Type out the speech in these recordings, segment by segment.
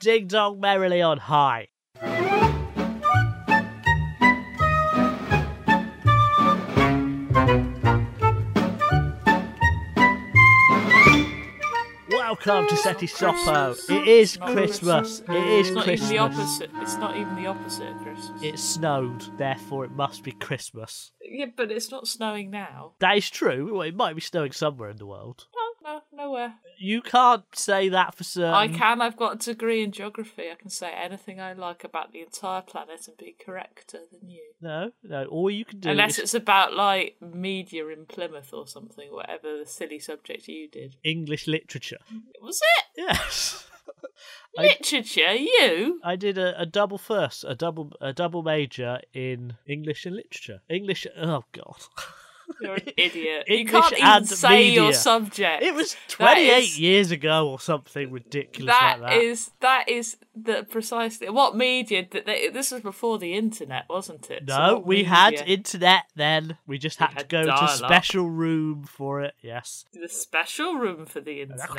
Ding dong merrily on high. Welcome to Seti Sopo. Christmas. It is It's not Christmas. It is It's not Christmas. even the opposite. It's not even the opposite of Christmas. It snowed, therefore it must be Christmas. yeah, but it's not snowing now. That is true. Well, it might be snowing somewhere in the world. No, no, nowhere. You can't say that for certain. I can. I've got a degree in geography. I can say anything I like about the entire planet and be correcter than you. No, no. All you can do Unless is it's about like media in Plymouth or something, whatever the silly subject you did. English literature. Was it Yes. I- literature? You? I did a, a double first, a double a double major in English and literature. English. Oh God. You're an idiot. you English can't even and say your media. subject. It was That 28 is- years ago or something ridiculous like that that. is that is the precisely what media that they, this was before the internet wasn't it So no, what we had media- internet then. We just had, to had go to dial-up. special room for it. Yes. the special room for the internet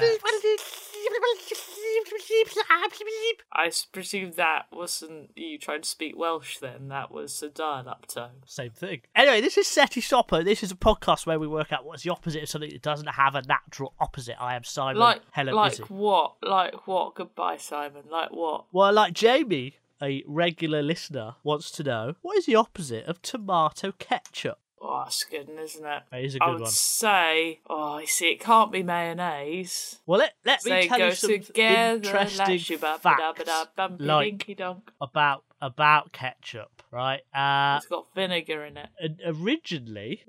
i s- presume that wasn't you trying to speak welsh then that was a dial-up tone Same thing. Anyway, this is Seti Sopo. This is a podcast where we work out what's the opposite of something that doesn't have a natural opposite. I am Simon. like Helen like Izzy. what like what goodbye simon like what Well, like Jamie, a regular listener, wants to know what is the opposite of tomato ketchup? oh that's good isn't it That is a i good would one. say oh you see it can't be mayonnaise Well, let, let they me tell go you some together interesting like facts like dinky donk. about about ketchup, right? Uh, It's got vinegar in it. and originally,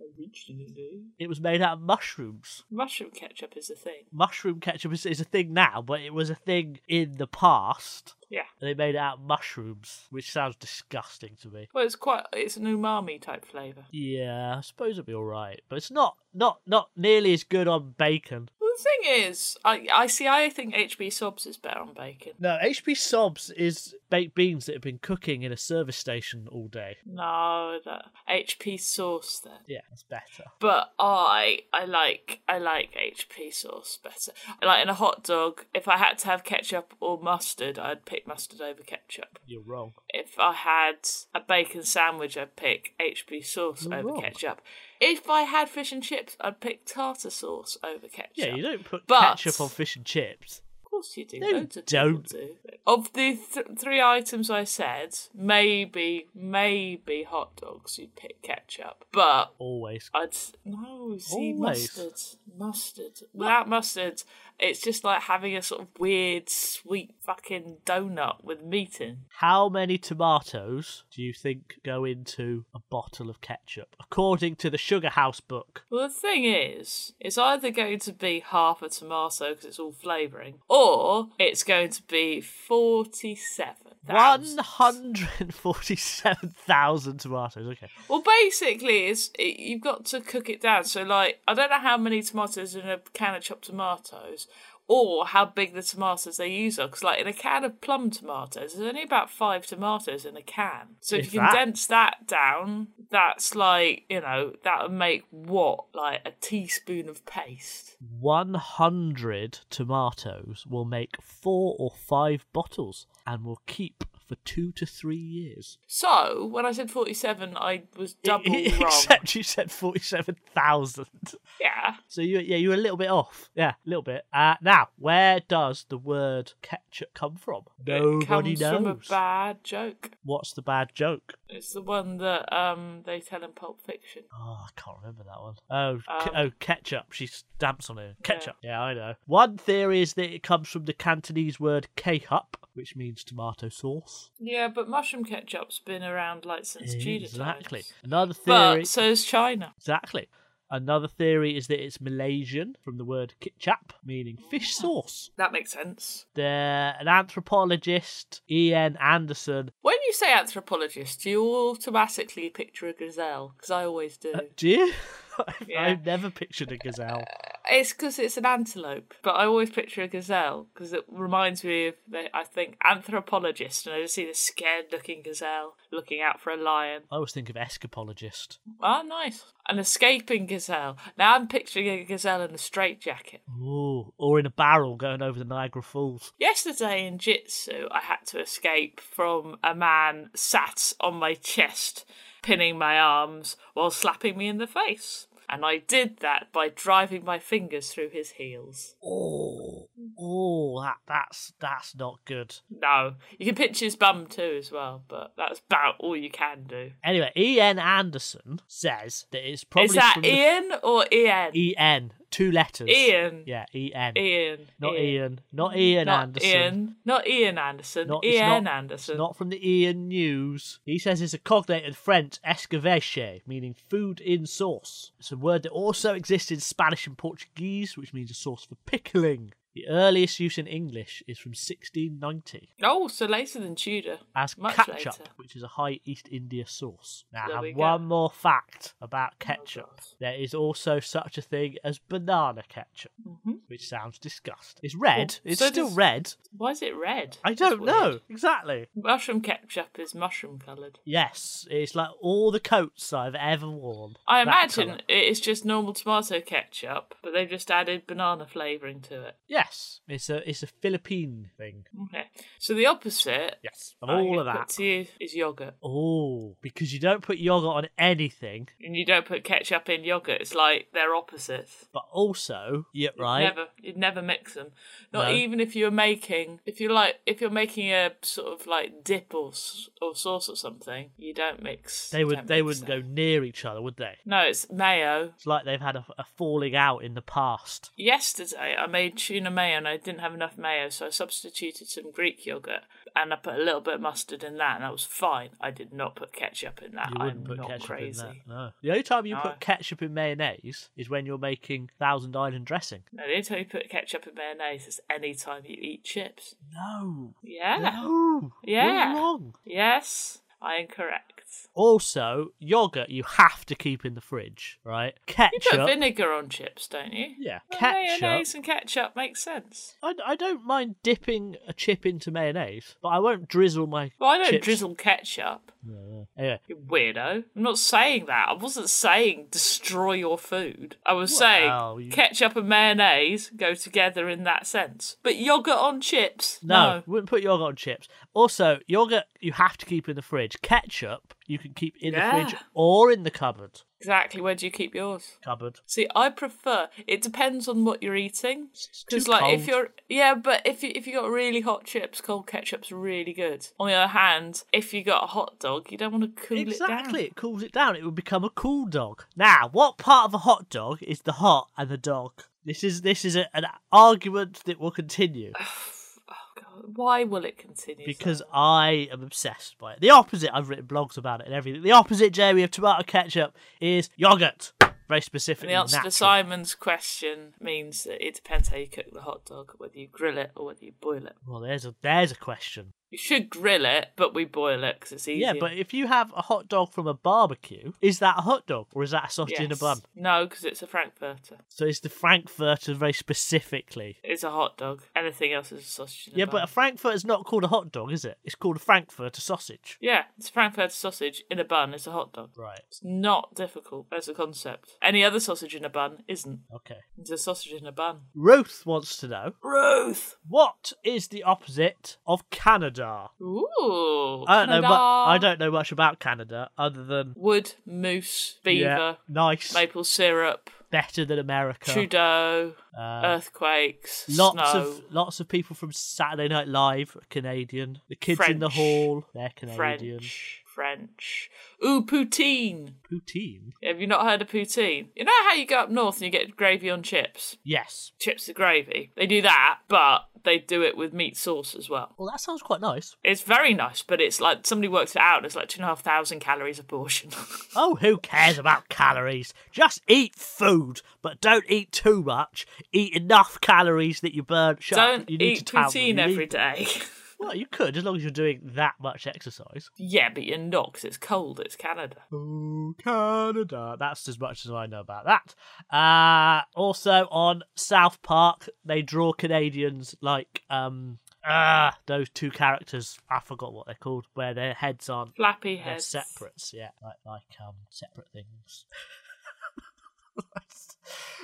it was made out of mushrooms. Mushroom ketchup is a thing. Mushroom ketchup is, is a thing now, but it was a thing in the past. Yeah. They made it out of mushrooms, which sounds disgusting to me. Well, it's quite. It's an umami type flavour. Yeah, I suppose it'd be all right, but it's not not not nearly as good on bacon. Well, the thing is, I I see. I think HB Sobs is better on bacon. No, HP Sobs is baked beans that have been cooking in a service station all day. No, that HP sauce then. Yeah, that's better. But I I like I like HP sauce better. Like in a hot dog, if I had to have ketchup or mustard, I'd pick mustard over ketchup. You're wrong. If I had a bacon sandwich, I'd pick HB sauce You're over wrong. ketchup. If I had fish and chips, I'd pick tartar sauce over ketchup. Yeah, you don't put But- ketchup on fish and chips. Of course you do. No, you Loads of people don't. do. Of the th- three items I said, maybe, maybe hot dogs, you'd pick ketchup. But Always. I'd no see Always. mustard, mustard. Without mustard, it's just like having a sort of weird sweet fucking donut with meat in. How many tomatoes do you think go into a bottle of ketchup, according to the Sugar House book? Well, the thing is, it's either going to be half a tomato because it's all flavouring, or it's going to be 47. One hundred forty-seven thousand tomatoes. Okay. Well, basically, it's it, you've got to cook it down. So, like, I don't know how many tomatoes in a can of chopped tomatoes, or how big the tomatoes they use are. Because, like, in a can of plum tomatoes, there's only about five tomatoes in a can. So, if, If you that. condense that down, that's like you know that would make what like a teaspoon of paste. 100 tomatoes will make four or five bottles and will keep for two to three years. So, when I said forty-seven, I was double wrong. Except you said 47,000. Yeah. So you, yeah, you were a little bit off. Yeah, a little bit. Uh, now, where does the word ketchup come from? it Nobody comes from a knows. bad joke. What's the bad joke? It's the one that um they tell in Pulp Fiction. Oh, I can't remember that one. Oh, ke- Um, oh, ketchup. She stamps on it. Ketchup. Yeah. I know. One theory is that it comes from the Cantonese word kehup, which means tomato sauce. Yeah, but mushroom ketchup's been around like since Tudor Exactly. times. Another theory. But so's China. Exactly. Another theory is that it's Malaysian from the word kitchap, meaning Ah. fish sauce. That makes sense. There, an anthropologist, E.N. Anderson. When you say anthropologist, do you automatically Uh, picture a gazelle? Because I always do. Do you? Yeah. I've never pictured a gazelle. It's because it's an antelope, but I always picture a gazelle because it reminds me of, the, I think, anthropologist, and I just see this scared-looking gazelle looking out for a lion. I always think of escapologist. Ah, nice. An escaping gazelle. Now I'm picturing a gazelle in a straitjacket. Ooh, or in a barrel going over the Niagara Falls. Yesterday in jitsu, I had to escape from a man sat on my chest, pinning my arms while slapping me in the face. And I did that by driving my fingers through his heels. Oh, oh, that that's that's not good. No, you can pinch his bum too as well, but that's about all you can do. Anyway, Ian Anderson says that it's probably Is that from the- Ian or Ian? En, two letters. Ian. Yeah, En. Ian. Not Ian. Not Ian Not Anderson. Ian. Not Ian Anderson. Not- it's Ian not- Anderson. It's not from the Ian News. He says it's a cognate in French, escabeche, meaning food in sauce. It's a word that also exists in Spanish and Portuguese, which means a sauce for pickling. The earliest use in English is from 1690 Oh, so later than Tudor. as Much ketchup, later. which is a high East India sauce. Now, There I we have go. Oh, one more fact about ketchup. God. there is also such a thing as banana ketchup, Mhm. which sounds disgusting. It's red. Well, it's Oh, so still does- red. Why is it red? I That's don't weird. know exactly. Mushroom ketchup is mushroom coloured. Yes, it's like all the coats I've ever worn. That I imagine colour. it's just normal tomato ketchup, but they've just added banana flavouring to it. Yes, it's a it's a Philippine thing. Okay. So the opposite Yes, of I all of put that. to you is yogurt. Oh, because you don't put yogurt on anything, And you don't put ketchup in yogurt. It's like they're opposites. but also, yeah, right. Never, you'd never mix them. Not No. even if you were making, if you like, if you're making a sort of like dip or s- or sauce or something, you don't mix. They would don't they mix wouldn't that. go near each other, would they? No, it's mayo. It's like they've had a, a falling out in the past. Yesterday, I made tuna mayo and I didn't have enough mayo, so I substituted some Greek yogurt and I put a little bit of mustard in that, and that was fine. I did not put ketchup in that. You wouldn't I'm put not ketchup crazy. Uh. in that. No. The only time you No. put ketchup in mayonnaise is when you're making Thousand Island dressing. No, the only time you put ketchup in mayonnaise is any time you eat chips. No. Yeah. No. Yeah. You're wrong. Yes, I am correct. Also, yogurt you have to keep in the fridge, right? You Ketchup. put vinegar on chips, don't you? yeah. Well, Ketchup. Mayonnaise and ketchup makes sense. I, I don't mind dipping a chip into mayonnaise, but I won't drizzle my. Well, I don't chips. drizzle ketchup. No, no. Anyway, You weirdo. I'm not saying that. I wasn't saying destroy your food. I was Wow, saying you- ketchup and mayonnaise go together in that sense. But yogurt on chips? no, wouldn't put yogurt on chips. Also, yogurt you have to keep in the fridge. Ketchup you can keep in Yeah. the fridge or in the cupboard. Exactly. Where do you keep yours? Cupboard. See, I prefer. It depends on what you're eating. It's too Because, like, if cold. you're yeah, but if you if you got really hot chips, cold ketchup's really good. On the other hand, if you got a hot dog, you don't want to cool Exactly, it it cools it down. It would become a cool dog. Now, what part of a hot dog is the hot and the dog? This is this is a, an argument that will continue down. Oh, Why will it continue? because I am obsessed by it. The opposite, I've written blogs about it and everything. The opposite, Jamie, of tomato ketchup is yogurt. Very And specifically, the answer to natural. Simon's question means that it depends how you cook the hot dog, whether you grill it or whether you boil it. Well, there's a there's a question. You should grill it, but we boil it because it's easier. Yeah, but if you have a hot dog from a barbecue, is that a hot dog or is that a sausage in a Yes. bun? No, because it's a frankfurter. So it's the frankfurter very specifically. It's a hot dog. Anything else is a sausage. In a Yeah, bun. but a frankfurter is not called a hot dog, is it? It's called a frankfurter sausage. yeah, it's a frankfurter sausage in a bun. It's a hot dog. Right. It's not difficult as a concept. Any other sausage in a bun isn't. Okay. It's a sausage in a bun. Ruth wants to know Ruth. what is the opposite of Canada? Ooh. I don't know. Mu- Canada. I don't know much about Canada other than Wood, moose, yeah, beaver, nice, maple syrup, better than America. Trudeau. Uh, earthquakes, lots snow, of lots of people from Saturday Night Live are Canadian. The kids in the French. hall, they're Canadian. French, French. Ooh, poutine. Poutine. Have you not heard of poutine? You know how you go up north and you get gravy on chips? Yes. Chips with gravy. They do that, but they do it with meat sauce as well. Well, that sounds quite nice. It's very nice, but it's like somebody works it out and it's like two and a half thousand calories a portion. Oh, who cares about calories? Just eat food, but don't eat too much. Eat enough calories that you burn. Shut up, Don't you need eat to towel. You poutine need- every day. Well, you could, as long as you're doing that much exercise. Yeah, but you're not 'cause it's cold. It's Canada. Oh, Canada. That's as much as I know about that. Uh, also on South Park, they draw Canadians like um uh, those two characters. I forgot what they're called, where their heads aren't Flappy they're heads. separates. Yeah, like like um separate things.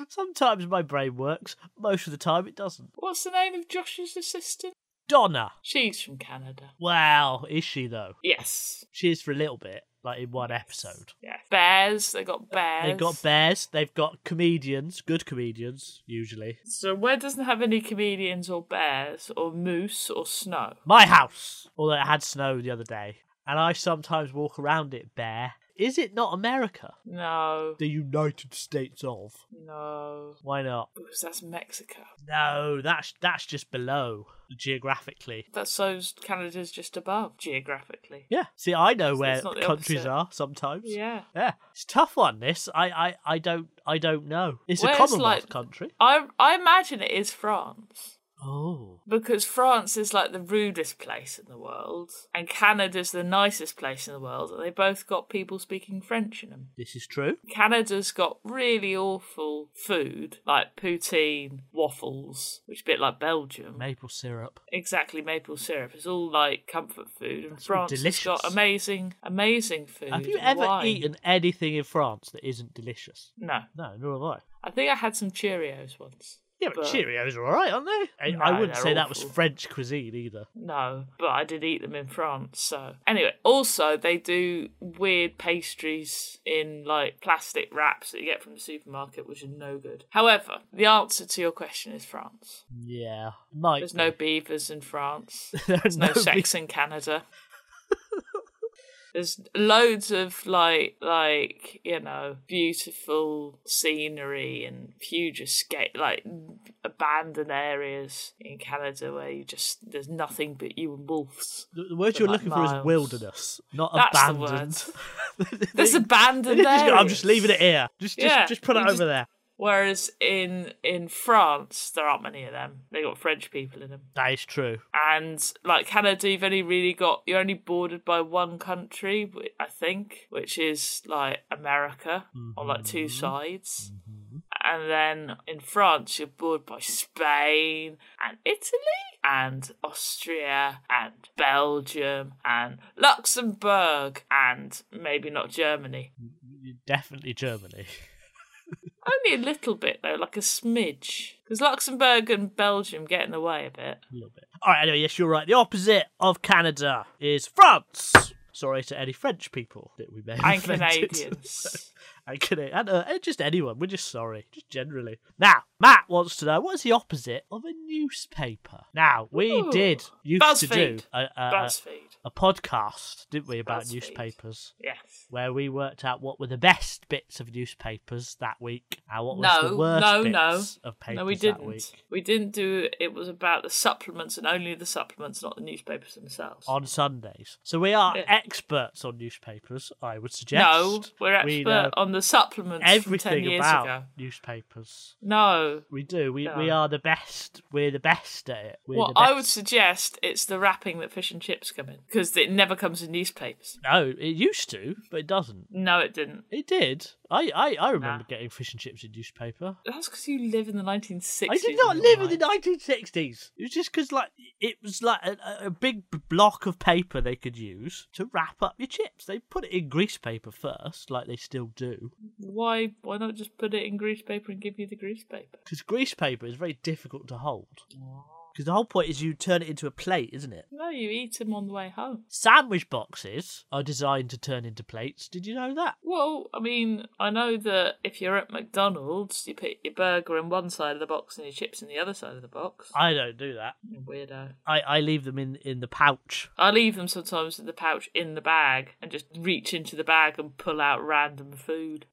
Sometimes my brain works. Most of the time, it doesn't. What's the name of Josh's assistant? Donna. She's from Canada. Wow, is she though? Yes. She is for a little bit, like in one episode. Yeah. Bears. They got bears. They've got bears. They've got comedians, good comedians usually. So where doesn't have any comedians or bears or moose or snow? My house, although it had snow the other day, and I sometimes walk around it bare. Is it not America? No. The United States of? No. Why not? Because that's Mexico. No, that's that's just below geographically. That's so Canada's just above geographically. Yeah. See, I know So where it's not the countries opposite. are sometimes. Yeah. Yeah. It's a tough one. This I I, I don't I don't know. It's Well, a it's Commonwealth like- country. I I imagine it is France. Oh. Because France is like the rudest place in the world, and Canada's the nicest place in the world, and they both got people speaking French in them. This is true. Canada's got really awful food, like poutine, waffles, which is a bit like Belgium. Maple syrup. exactly, maple syrup. It's all like comfort food, and That's all France has got delicious. amazing, amazing food. Have you and ever wine. eaten anything in France that isn't delicious? No, No, nor have I. I think I had some Cheerios once. Yeah, but, But- Cheerios are alright, aren't they? I, No, I wouldn't they're say that was awful. French cuisine either. No, but I did eat them in France. So anyway, also they do weird pastries in like plastic wraps that you get from the supermarket, which are no good. However, the answer to your question is France. Yeah, might. There's be. no beavers in France. There's There's no, no sex in Canada. There's loads of like like you know beautiful scenery and huge escape like abandoned areas in Canada where you just there's nothing but you and wolves. The, the word But you're like looking for is miles. wilderness, not That's the abandoned. There's abandoned Just go, areas. I'm just leaving it here. Just, just, Yeah, just put it you over just- there. Whereas in in France there aren't many of them. They got French people in them. That is true. and like Canada, you've only really got you're only bordered by one country, wh- I think, which is like America on like two sides, and then in France you're bordered by Spain and Italy and Austria and Belgium and Luxembourg and maybe not Germany, Definitely Germany. only a little bit though, like a smidge, because Luxembourg and Belgium get in the way a bit. A little bit. All right, anyway, yes, you're right. The opposite of Canada is France. Sorry to any French people that we may have And offended. Canadians. and Canadian. And, uh, and just anyone. We're just sorry. Just generally. Now, Matt wants to know what is the opposite of a newspaper? Now, we Ooh. did used to do BuzzFeed. a, a, a, BuzzFeed. a podcast, didn't we, about BuzzFeed. newspapers? Yes. Where we worked out what were the best bits of newspapers that week and what was the No, worst no, no. bits of papers no, we that week. didn't. We didn't do it. was about the supplements and only the supplements, not the newspapers themselves. on Sundays. So we are Yeah. experts on newspapers, I would suggest. no, we're expert We know on the supplements from ten everything years about ago. newspapers. No. We do. We, we No. are the best. We're the best at it. We're Well, the I would best. suggest it's the wrapping that fish and chips come in because it never comes in newspapers. No, it used to, but it doesn't. No, it didn't. It did. I, I, I remember getting fish and chips in newspaper. That's because you live in the 1960s. I did not and live all in the that. 1960s. It was just because, like, it was like a, a big block of paper they could use to wrap up your chips. They put it in grease paper first, like they still do, Why? Why not just put it in grease paper and give you the grease paper? because grease paper is very difficult to hold. Because the whole point is you turn it into a plate, isn't it? No, you eat them on the way home. Sandwich boxes are designed to turn into plates. Did you know that? Well, I mean, I know that if you're at McDonald's, you put your burger in one side of the box and your chips in the other side of the box. I don't do that. You Weirdo. I, I leave them in, in the pouch I leave them sometimes in the pouch in the bag and just reach into the bag and pull out random food.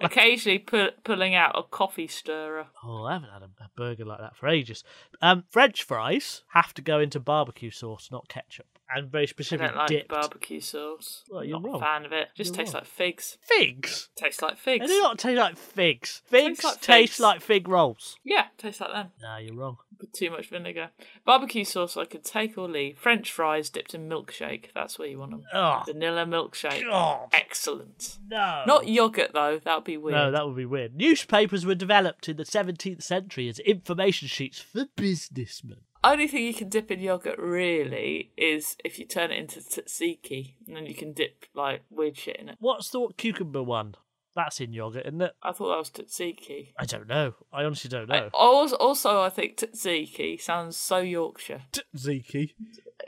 Occasionally pull, pulling out a coffee stirrer. Oh, I haven't had a, a burger like that for ages. Um, French fries have to go into barbecue sauce, not ketchup, and very I specifically don't like dipped barbecue sauce. Well, you're Not a wrong. fan of it. Just You're tastes wrong. like figs. figs. Tastes like They figs. do not taste like figs. Figs like taste figs. like fig rolls. Yeah, tastes like them. No, you're wrong. with too much vinegar. Barbecue sauce I could take or leave. French fries dipped in milkshake. That's where you want them. Oh, Vanilla milkshake. God. Excellent. No. Not yogurt though. That would be weird. No, that would be weird. Newspapers were developed in the 17th century as information sheets for businessmen. Only thing you can dip in yogurt really is if you turn it into tzatziki, and then you can dip like weird shit in it. What's the cucumber one? That's in yogurt, isn't it? I thought that was tzatziki. I don't know. I honestly don't I- know. also, also, I think tzatziki sounds so Yorkshire. Ziki.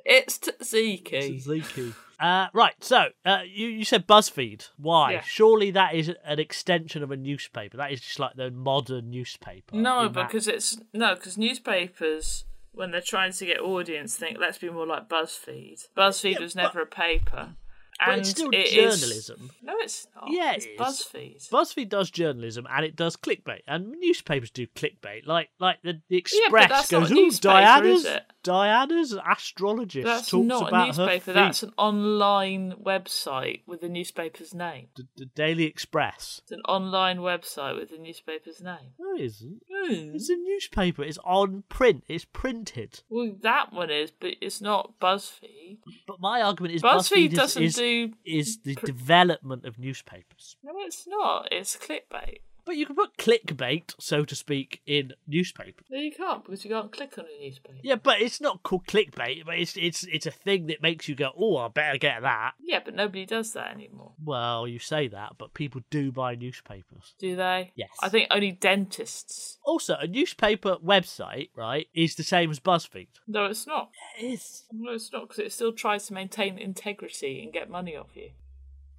It's tzatziki. Ziki. Uh, right, so uh, you, you said BuzzFeed. Why? Yeah. Surely that is an extension of a newspaper. That is just like the modern newspaper. No, in that- because it's no, because newspapers when they're trying to get audience think let's be more like BuzzFeed. BuzzFeed was never a paper, But and it's still it is- journalism. No, it's not. Yeah, it's it is. BuzzFeed. BuzzFeed does journalism and it does clickbait, and newspapers do clickbait. Like, like the, the Express but that's not goes, a "Ooh, newspaper, Diana's, is it?" Diana's astrologist That's talks not a about her newspaper. feet." That's an online website with the newspaper's name. the, the Daily Express. It's an online website with the newspaper's name. No, it isn't. Hmm. It's a newspaper. It's on print. It's printed. Well, that one is, but it's not BuzzFeed. But my argument is BuzzFeed BuzzFeed, is- doesn't is, do- is the development of newspapers. No, it's not. It's clickbait. But you can put clickbait, so to speak, in newspapers. No, you can't because you can't click on a newspaper. Yeah, but it's not called clickbait. But it's it's it's a thing that makes you go, "Oh, I better get that." Yeah, but nobody does that anymore. Well, you say that, but people do buy newspapers. Do they? Yes. I think only dentists. Also, a newspaper website, right, is the same as BuzzFeed. No, it's not. It is. No, it's not because it still tries to maintain integrity and get money off you.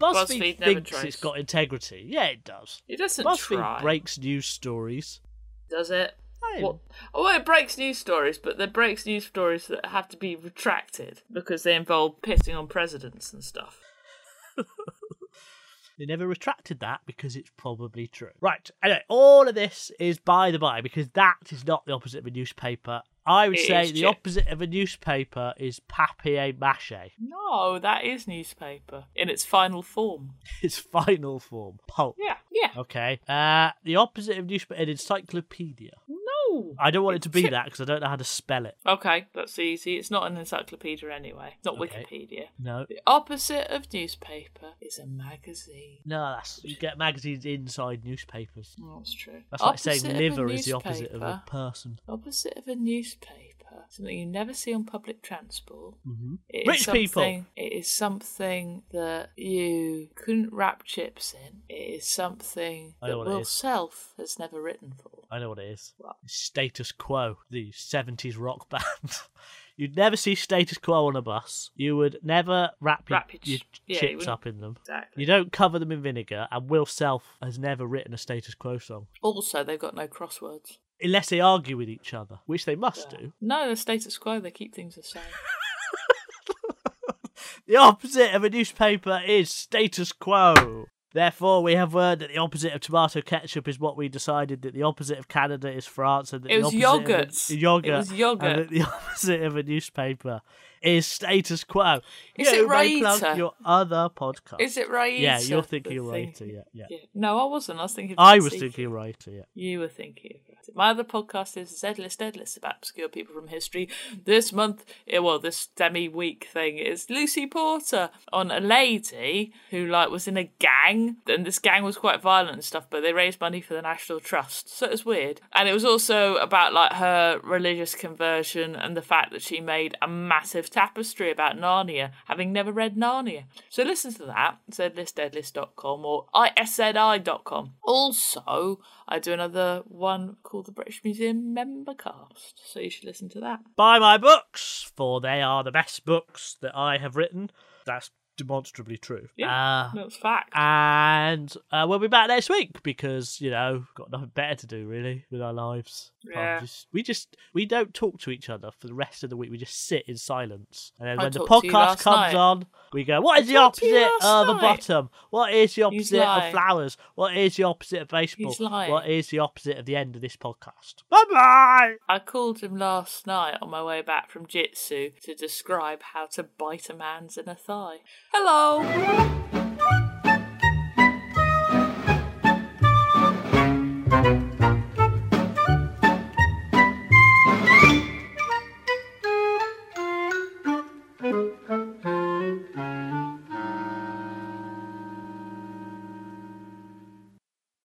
BuzzFeed, BuzzFeed never thinks tries. it's got integrity. Yeah, it does. It doesn't BuzzFeed try. breaks news stories. Does it? Hey. What? Oh, well, it breaks news stories, but it breaks news stories that have to be retracted because they involve pissing on presidents and stuff. They never retracted that because it's probably true. Right. Anyway, all of this is by the by because that is not the opposite of a newspaper. I would It say is the shit. opposite of a newspaper is papier mâché. No, that is newspaper in its final form. Its final form, pulp. Yeah, yeah. Okay. Uh, the opposite of newspaper, an encyclopedia. No. I don't want it to be Shit. that because I don't know how to spell it. Okay, that's easy. It's not an encyclopedia anyway. It's not Okay. Wikipedia. No. The opposite of newspaper is a magazine. No, that's you get magazines inside newspapers. Oh, that's true. That's like Opposite saying of a liver is the opposite of a newspaper- person. Opposite of a newspaper, something you never see on public transport. hmm It is Rich people. something- It is something that you couldn't wrap chips in. It is something I know that what it Will is. Self has never written for. I know what it is. What? Status Quo, the 70s rock band. You'd never see Status Quo on a bus. You would never wrap your, Wrap your your ch- yeah, you chips wouldn't- up in them. Exactly. You don't cover them in vinegar, and Will Self has never written a Status Quo song. Also, they've got no crosswords. Unless they argue with each other, which they must do. No, the status quo. They keep things the same. The opposite of a newspaper is status quo. Therefore, we have learned that the opposite of tomato ketchup is what we decided, that the opposite of Canada is France, and that It the was opposite yogurt. Of a, yogurt, It was yogurt. and that the opposite of a newspaper is status quo. Is You it may plug Raita? Your other podcast. is it Raita? Yeah, you're the thinking thing? Raita, yeah, yeah. No, I wasn't. I was thinking. I was Tzatziki. thinking Raita, yeah. You were thinking about it. My other podcast is Zedless Deadless about obscure people from history. This month, eh, well, this semi week thing is Lucy Porter on a lady who like was in a gang, and this gang was quite violent and stuff, but they raised money for the National Trust, so it was weird. And it was also about like her religious conversion and the fact that she made a massive tapestry about Narnia, having never read Narnia. So listen to that, zlistdeadlist.com or isni.com. Also, I do another one called the British Museum Membercast, so you should listen to that. Buy my books, for they are the best books that I have written. That's demonstrably true. Yeah, Uh, that's fact. And uh, we'll be back next week because you know got nothing better to do really with our lives. Can't Yeah. just- we just we don't talk to each other for the rest of the week. We just sit in silence, and then I when the talked to you podcast last comes night. on, we go, "What is the talked to you opposite of last a night." bottom? What is the opposite of lying. flowers? What is the opposite of baseball? He's lying. What is the opposite of the end of this podcast?" Bye bye. I called him last night on my way back from jitsu to describe how to bite a man's inner thigh. Hello!